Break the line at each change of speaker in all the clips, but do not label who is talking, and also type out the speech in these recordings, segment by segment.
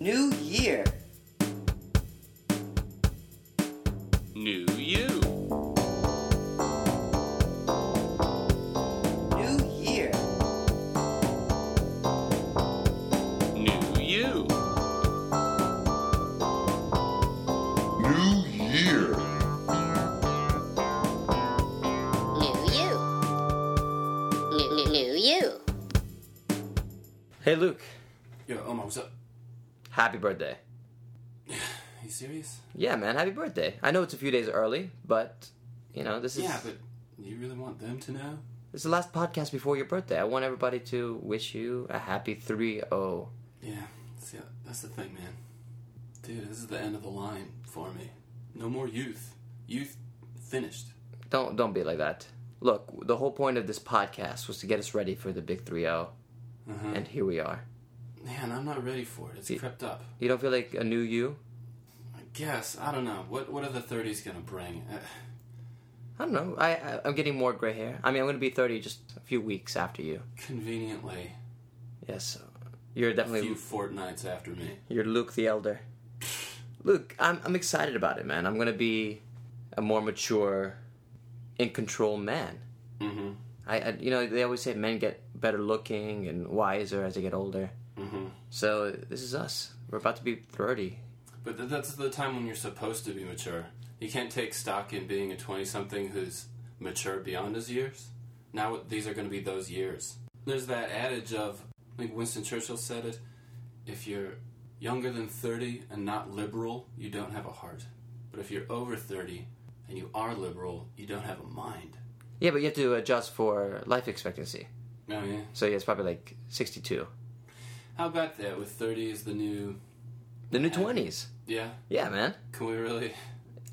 New year.
New you.
New year.
New you.
New Year.
New you. New, new, new you.
Hey, Luke.
Yo, Omar, what's up?
Happy birthday.
Are you serious?
Yeah, man, happy birthday. I know it's a few days early, but, you know, this is,
Yeah, but you really want them to know?
this is the last podcast before your birthday. I want everybody to wish you a happy oh. 3 0.
Yeah, see, that's the thing, man. Dude, this is the end of the line for me. No more youth. Youth finished.
Don't, don't be like that. Look, the whole point of this podcast was to get us ready for the big 3 0,
Mm-hmm.
and here we are.
Man, I'm not ready for it. It's crept up.
You don't feel like a new you?
I guess I don't know. What What are the 30s gonna bring? Uh,
I don't know. I, I, I'm getting more gray hair. I mean, I'm going to be 30 just a few weeks after you.
conveniently,
Yes. You're
a
definitely
few fortnights after me.
You're Luke the Elder. Luke, I'm I'm excited about it, man. I'm gonna be a more mature, in control man.
Mm-hmm.
I, I you know they always say men get better looking and wiser as they get older.
Mm-hmm.
So this is us. We're about to be thirty.
But th- that's the time when you're supposed to be mature. You can't take stock in being a 20 something who's mature beyond his years. Now, these are going to be those years. There's that adage of, I think Winston Churchill said it if you're younger than 30 and not liberal, you don't have a heart. But if you're over 30 and you are liberal, you don't have a mind.
Yeah, but you have to adjust for life expectancy.
Oh, yeah.
So yeah, it's probably like sixty-two.
How about that? With 30 is the new.
The new twenties.
Yeah?
Yeah, man.
Can we really.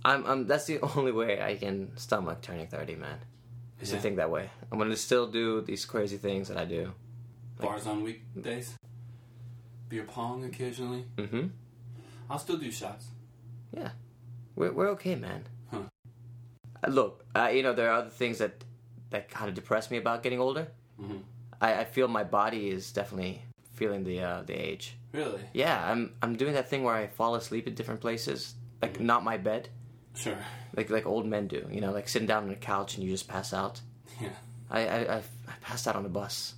I'm I'm that's the only way I can stomach turning thirty, man. Is
Yeah.
to think that way. I'm gonna still do these crazy things that I do.
Bars on weekdays? Beer pong occasionally?
Mm-hmm.
I'll still do shots.
Yeah, we're we're okay, man.
Huh.
Uh, Look, uh, you know there are other things that that kind of depress me about getting older.
Mhm.
I, I feel my body is definitely feeling the uh, the age.
Really?
Yeah, I'm I'm doing that thing where I fall asleep at different places, like not my bed,
Sure.
like like old men do. You know, like sitting down on a couch and you just pass out.
Yeah.
I I, I, I passed out on a bus.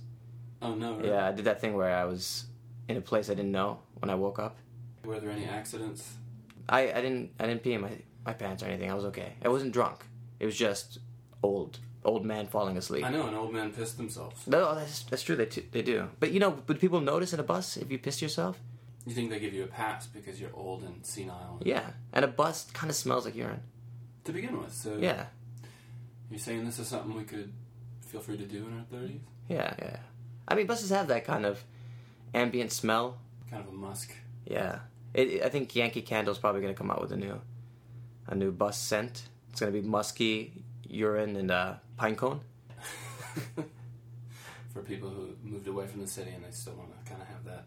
Oh no. Really?
Yeah, I did that thing where I was in a place I didn't know when I woke up.
Were there any accidents?
I, I didn't I didn't pee in my, my pants or anything. I was okay. I wasn't drunk. It was just old old man falling asleep.
I know an old man pissed themselves.
No, oh, that's that's true. They t- they do. But you know, would people notice in a bus if you pissed yourself?
You think they give you a pass because you're old and senile?
Yeah, and a bus kind of smells like urine.
To begin with, so
Yeah,
you're saying this is something we could feel free to do in our thirties?
yeah, yeah. I mean, buses have that kind of ambient smell.
Kind of a musk.
Yeah, it, it- I think Yankee Candle's probably gonna come out with a new a new bus scent. It's gonna be musky urine and uh, pine cone.
For people who moved away from the city and they still want to kind of have that.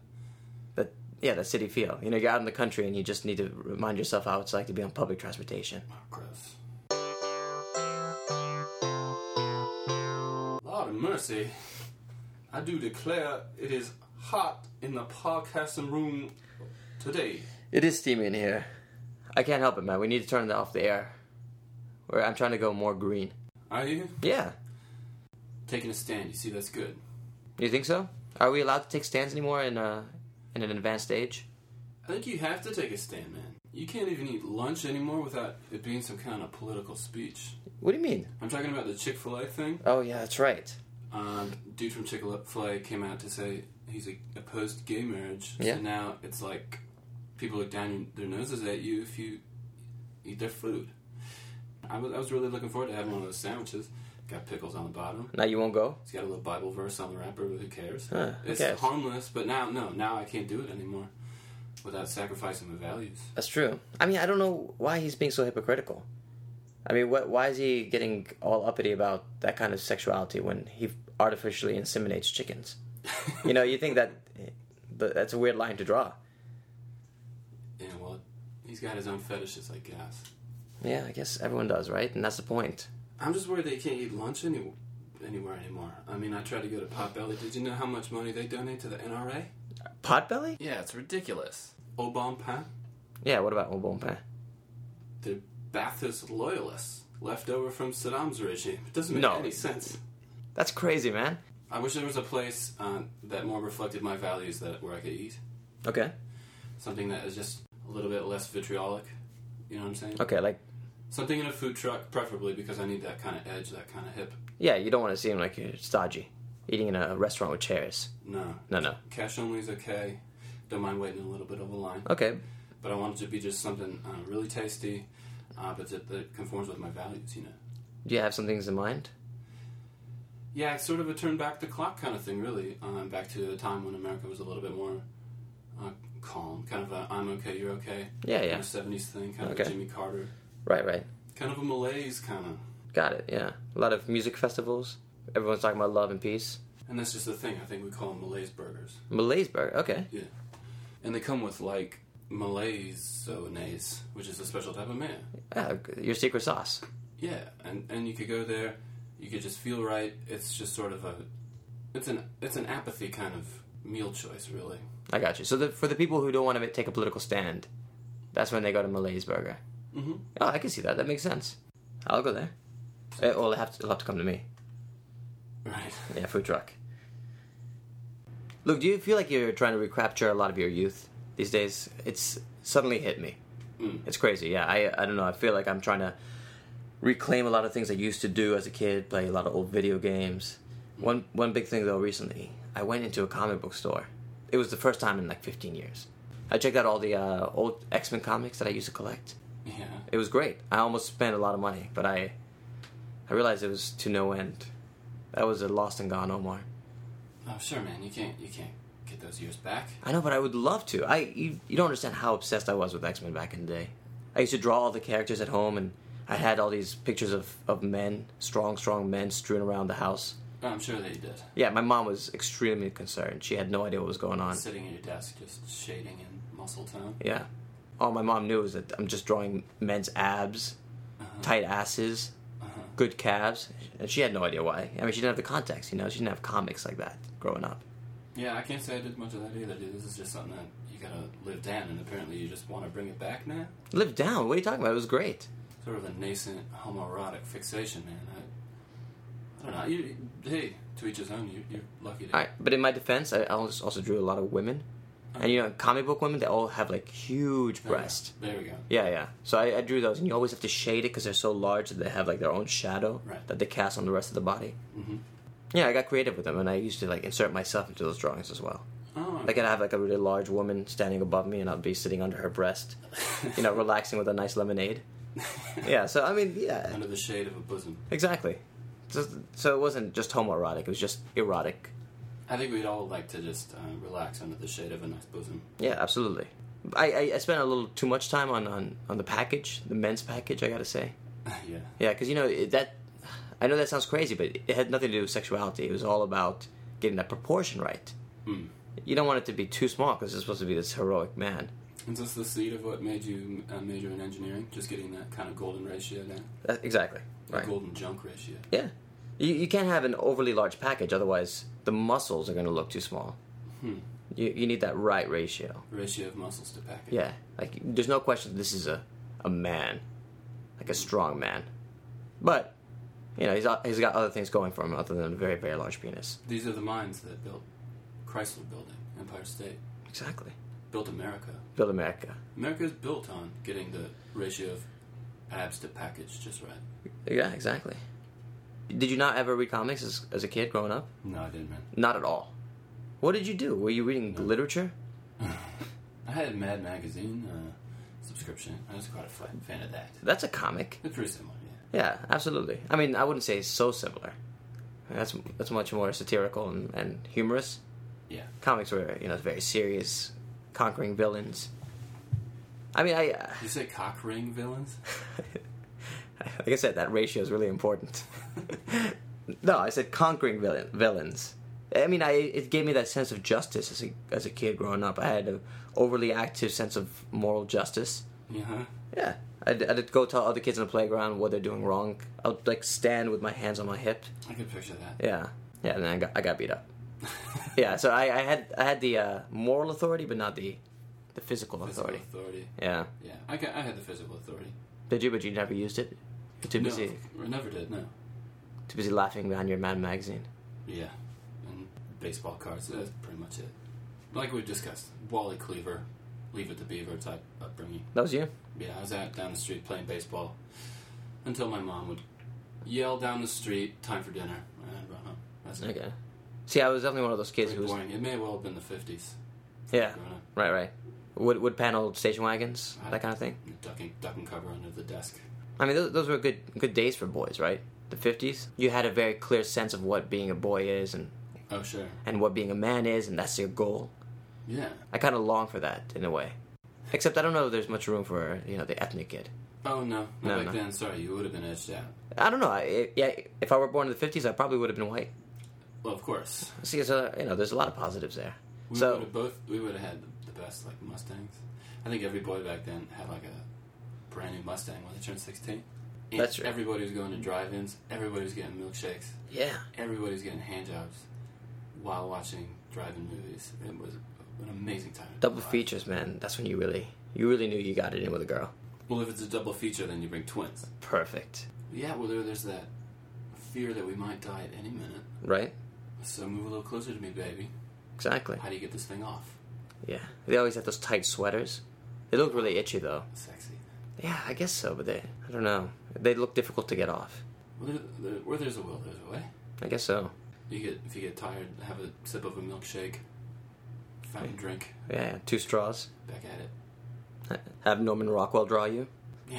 that yeah, that city feel. You know, you're out in the country and you just need to remind yourself how it's like to be on public transportation.
Oh, gross. Lord of mercy. I do declare it is hot in the podcasting room today.
It is steamy in here. I can't help it, man. We need to turn that off the air. Where I'm trying to go more green.
Are you?
Yeah.
Taking a stand, you see, that's good.
You think so? Are we allowed to take stands anymore in uh in an advanced age?
I think you have to take a stand, man. You can't even eat lunch anymore without it being some kind of political speech.
What do you mean?
I'm talking about the Chick fil A thing.
Oh yeah, that's right.
Um, dude from Chick fil A came out to say he's like, opposed gay marriage.
Yeah.
So now it's like people look down their noses at you if you eat their food. I was, I was really looking forward to having one of those sandwiches. Got pickles on the bottom.
Now you won't go?
It's got a little Bible verse on the wrapper, but who cares?
Huh, who
it's
cares?
harmless, but now, no, now I can't do it anymore without sacrificing my values.
That's true. I mean, I don't know why he's being so hypocritical. I mean, what, why is he getting all uppity about that kind of sexuality when he artificially inseminates chickens? you know, you think that th- that's a weird line to draw.
Yeah, well, he's got his own fetishes, I guess.
Yeah, I guess everyone does, right? And that's the point.
I'm just worried they can't eat lunch any- anywhere anymore. I mean, I tried to go to Potbelly. Did you know how much money they donate to the NRA?
Potbelly?
Yeah, it's ridiculous. au bon pain?
Yeah, what about Obon Pain?
They're Ba'athist loyalists left over from Saddam's regime. It doesn't make
No.
any sense.
That's crazy, man.
I wish there was a place uh, that more reflected my values that where I could eat
Okay.
something that is just a little bit less vitriolic. You know what I'm saying?
Okay, like,
Something in a food truck, preferably, because I need that kind of edge, that kind of hip.
yeah, you don't want to seem like you're stodgy. Eating in a restaurant with chairs.
No,
No, no.
cash only is okay. Don't mind waiting a little bit of a line,
Okay.
but I want it to be just something uh, really tasty, uh, but that, that conforms with my values. You know?
Do you have some things in mind?
Yeah, it's sort of a turn back the clock kind of thing, really. Um, back to the time when America was a little bit more uh, calm, kind of a "I'm okay, you're okay"
Yeah,
kind
yeah.
of '70s thing, kind of
Okay.
a Jimmy Carter,
Right, right.
kind of a malaise kind of.
Got it, yeah. A lot of music festivals. Everyone's talking about love and peace.
And that's just the thing. I think we call them malaise burgers.
Malaise burger, okay.
Yeah. And they come with like malaisonaise, which is a special type of mayo.
Yeah, your secret sauce.
Yeah, and and you could go there, you could just feel right. It's just sort of a, it's an it's an apathy kind of meal choice, really.
I got you. So the, for the people who don't want to take a political stand, that's when they go to Malaise Burger.
Mhm.
Oh, I can see that. That makes sense. I'll go there. Eh, well, it'll have, to, it'll have to come to me.
Right.
Yeah, food truck. Look, do you feel like you're trying to recapture a lot of your youth these days? It's suddenly hit me. It's crazy. Yeah, I I don't know. I feel like I'm trying to reclaim a lot of things I used to do as a kid. Play a lot of old video games. One one big thing though recently, I went into a comic book store. It was the first time in like 15 years. I checked out all the uh, old X Men comics that I used to collect.
Yeah.
It was great. I almost spent a lot of money, but I I realized it was to no end. That was a lost and gone Omar.
Oh, sure, man. You can't you can't get those years back.
I know, but I would love to. I you, you don't understand how obsessed I was with X Men back in the day. I used to draw all the characters at home, and I had all these pictures of of men, strong, strong men, strewn around the house.
Oh, I'm sure that you did.
Yeah, my mom was extremely concerned. She had no idea what was going on.
Sitting at your desk, just shading in muscle tone.
Yeah, all my mom knew was that I'm just drawing men's abs,
Uh-huh,
tight asses, good calves, and she had no idea why. I mean, she didn't have the context, you know. She didn't have comics like that growing up.
Yeah, I can't say I did much of that either, dude. This is just something that you gotta live down, and apparently you just want to bring it back now.
Live down. What are you talking about? It was great.
sort of a nascent homoerotic fixation, man. I, I don't know. You, hey, to each his own. You, you're lucky to.
All right, but in my defense, I I also also drew a lot of women, and you know, comic book women they all have like huge
There we go.
breasts.
There we go.
Yeah, yeah. So I, I drew those, and you always have to shade it because they're so large that they have like their own shadow
Right.
that they cast on the rest of the body. Yeah, I got creative with them, and I used to like insert myself into those drawings as well.
Oh,
Like I'd have like a really large woman standing above me, and I'd be sitting under her breast, you know, relaxing with a nice lemonade. Yeah. So I mean, yeah,
under the shade of a bosom.
exactly. So, so it wasn't just homoerotic; it was just erotic.
I think we'd all like to just uh, relax under the shade of a nice bosom.
Yeah, absolutely. I, I, I spent a little too much time on, on, on the package, the men's package, I gotta say.
yeah.
Yeah, because, you know, it, that. I know that sounds crazy, but it had nothing to do with sexuality. It was all about getting that proportion right.
Hmm.
You don't want it to be too small because it's supposed to be this heroic man.
Is this the seed of what made you uh, major in engineering? Just getting that kind of golden ratio down,
That, Uh, exactly.
the
Right.
golden junk ratio.
Yeah. You, you can't have an overly large package, otherwise, the muscles are going to look too small. Hmm. You, you need that right ratio.
Ratio of muscles to package.
Yeah, like there's no question this is a a man, like a strong man, but you know he's he's got other things going for him other than a very very large penis.
These are the mines that built Chrysler Building, Empire State,
Exactly,
built America.
build America.
America is built on getting the ratio of abs to package just right.
Yeah, exactly. Did you not ever read comics as as a kid growing up?
No, I didn't, man.
Not at all. What did you do? Were you reading literature?
I had a Mad Magazine uh, subscription. I was quite a fa- fan of that.
That's a comic.
It's pretty similar, yeah.
Yeah, absolutely. I mean, I wouldn't say so similar. That's that's much more satirical and, and humorous.
Yeah.
Comics were you know very serious, conquering villains. I mean, I
Did you say cock ring villains?
like I said, that ratio is really important. no, I said conquering villain, villains. I mean, I it gave me that sense of justice as a as a kid growing up. I had an overly active sense of moral justice.
Yeah. huh?
Yeah, I'd, I'd go tell other kids in the playground what they're doing wrong. I'd like stand with my hands on my hip.
I could picture that.
Yeah, yeah, and then I got I got beat up. yeah, so I, I had I had the uh, moral authority, but not the the physical
Physical
authority.
authority.
Yeah.
Yeah, I, got, I had the physical authority.
Did you? But you never used it. You're too
No,
busy.
I never did. No.
Too busy laughing behind your Mad magazine.
Yeah, and baseball cards. That's pretty much it. Like we discussed, Wally Cleaver, Leave It to Beaver type upbringing.
That was you.
Yeah, I was out down the street playing baseball until my mom would yell down the street, "Time for dinner," and I'd run home. That's it.
Okay. See, I was definitely one of those kids
Pretty
who was
boring. It may well have been the fifties.
yeah,
growing up.
right, right. Wood wood paneled station wagons, that kind of thing.
Ducking, ducking cover under the desk.
I mean, those, those were good good days for boys, right? The fifties. You had a very clear sense of what being a boy is and
Oh sure.
and what being a man is, and that's your goal.
Yeah.
I kind of long for that in a way. Except I don't know if there's much room for you know the ethnic kid.
Oh no. Not
No,
back
no.
then. Sorry, you would have been edged out.
I don't know. I, it- yeah, if I were born in the fifties, I probably would have been white.
Well, of course.
See, so you know, there's a lot of positives there.
We
so
would have both. We would have had the best like Mustangs. I think every boy back then had like a brand new Mustang when they turned sixteen. And
That's right.
Everybody was going to drive-ins. Everybody was getting milkshakes.
yeah,
Everybody was getting handjobs while watching drive-in movies. It was an amazing time.
double
Wow.
features, man. That's when you really you really knew you got it in with a girl.
Well, if it's a double feature, then you bring twins.
Perfect,
Yeah. Well, there, there's that fear that we might die at any minute.
right?
So move a little closer to me, baby.
Exactly.
How do you get this thing off?
Yeah, they always had those tight sweaters. They looked really itchy though.
Sexy.
Yeah, I guess so, but they I don't know. They look difficult to get off.
Well, there, there, where there's a will, there's a way.
I guess so.
You get if you get tired, have a sip of a milkshake, fountain drink,
Yeah, two straws.
back at it.
Have Norman Rockwell draw you.
Yeah,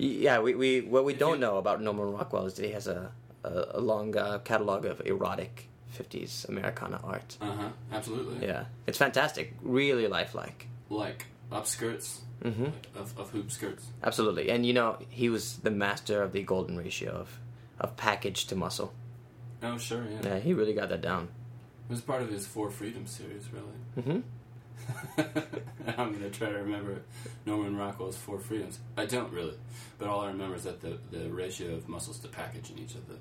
Y- Yeah, we, we what we don't
you-
know about Norman Rockwell is that he has a a, a long uh, catalog of erotic '50s Americana art.
uh huh, absolutely.
Yeah, it's fantastic. Really lifelike. Mm-hmm.
like upskirts
Hmm?
like, of of hoop skirts.
Absolutely. And you know, he was the master of the golden ratio of of package to muscle.
Oh sure, yeah.
Yeah, he really got that down.
It was part of his Four Freedoms series, really. Mm-hmm. I'm gonna try to remember Norman Rockwell's Four Freedoms. I don't really, but all I remember is that the the ratio of muscles to package in each of the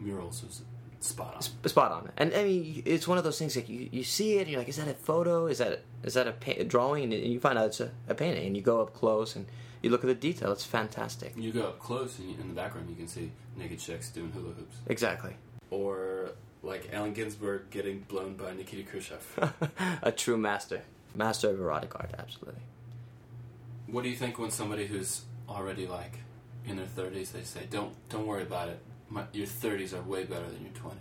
murals was spot on.
Spot on. And I mean, it's one of those things like you, you see it, and you're like, is that a photo? Is that is that a, pa- a drawing? And you find out it's a, a painting, and you go up close and you look at the detail. It's fantastic.
You go up close, and you, in the background, you can see naked chicks doing hula hoops.
Exactly.
or like Allen Ginsberg getting blown by Nikita Khrushchev.
a true master, master of erotic art. Absolutely.
what do you think when somebody who's already like in their thirties they say, "Don't don't worry about it. My, your thirties are way better than your 20s.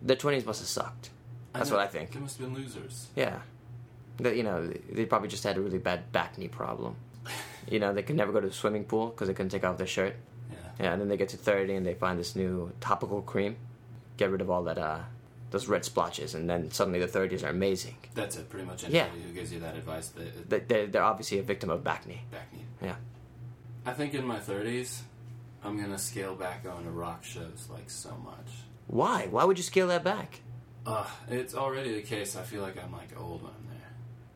The twenties must have sucked. That's what I think.
They must have been losers.
Yeah. That you know they probably just had a really bad back knee problem. You know they could never go to the swimming pool because they couldn't take off their shirt.
Yeah.
Yeah, and then they get to 30 and they find this new topical cream. Get rid of all that, uh, those red splotches, and then suddenly the 30s are amazing.
That's it. Pretty much
Yeah.
anybody who gives you that advice, they,
They- They're, they're obviously a victim of back knee.
back knee.
Yeah.
I think in my thirties, I'm gonna scale back on rock shows like so much.
Why? Why would you scale that back?
Uh, it's already the case. I feel like I'm like old when I'm there.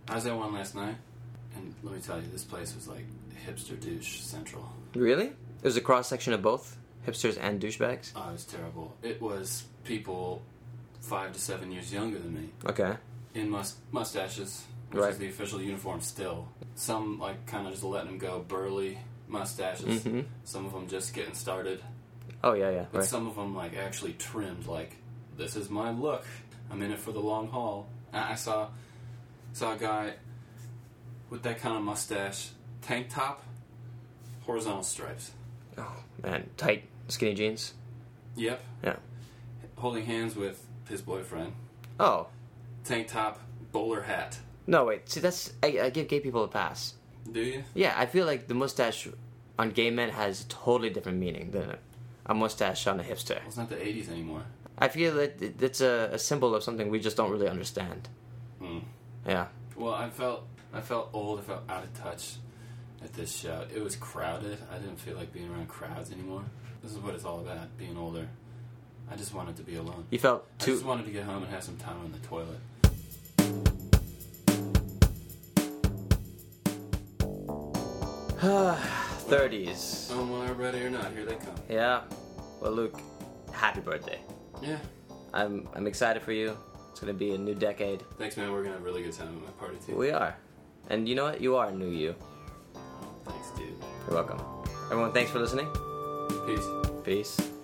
I was at one last night, and let me tell you, this place was like hipster douche central.
Really? It was a cross section of both hipsters and douchebags.
Oh, it was terrible. It was people five to seven years younger than me
Okay.
in must- mustaches, which
Right.
is the official uniform still. Some like kind of just letting them go, burly mustaches. Some of them just getting started,
Oh, yeah, yeah.
but
Mm-hmm. Right.
some of them like actually trimmed. Like this is my look. I'm in it for the long haul. I, I saw saw a guy with that kind of mustache, tank top, horizontal stripes.
Oh, man. Tight, skinny jeans.
Yep,
Yeah.
holding hands with his boyfriend.
Oh.
tank top, bowler hat.
No, wait. See, that's. I, I give gay people a pass.
Do you?
Yeah, I feel like the mustache on gay men has a totally different meaning than a- a mustache on a hipster.
Well, it's not the 80s anymore.
I feel that it- it's a, a symbol of something we just don't really understand.
Mm.
Yeah.
Well, I felt I felt old. I felt out of touch at this show. It was crowded. I didn't feel like being around crowds anymore. This is what it's all about. Being older. I just wanted to be alone.
You felt
I
too.
just wanted to get home and have some time on the toilet.
Thirties.
Oh, well, ready or not, here they come.
Yeah. Well, Luke, happy birthday.
Yeah.
I'm I'm excited for you. It's gonna be a new decade.
Thanks, man. We're gonna have a really good time at my party too.
We are. And you know what? You are a new you.
Thanks, dude.
You're welcome. Everyone, thanks for listening.
Peace.
Peace.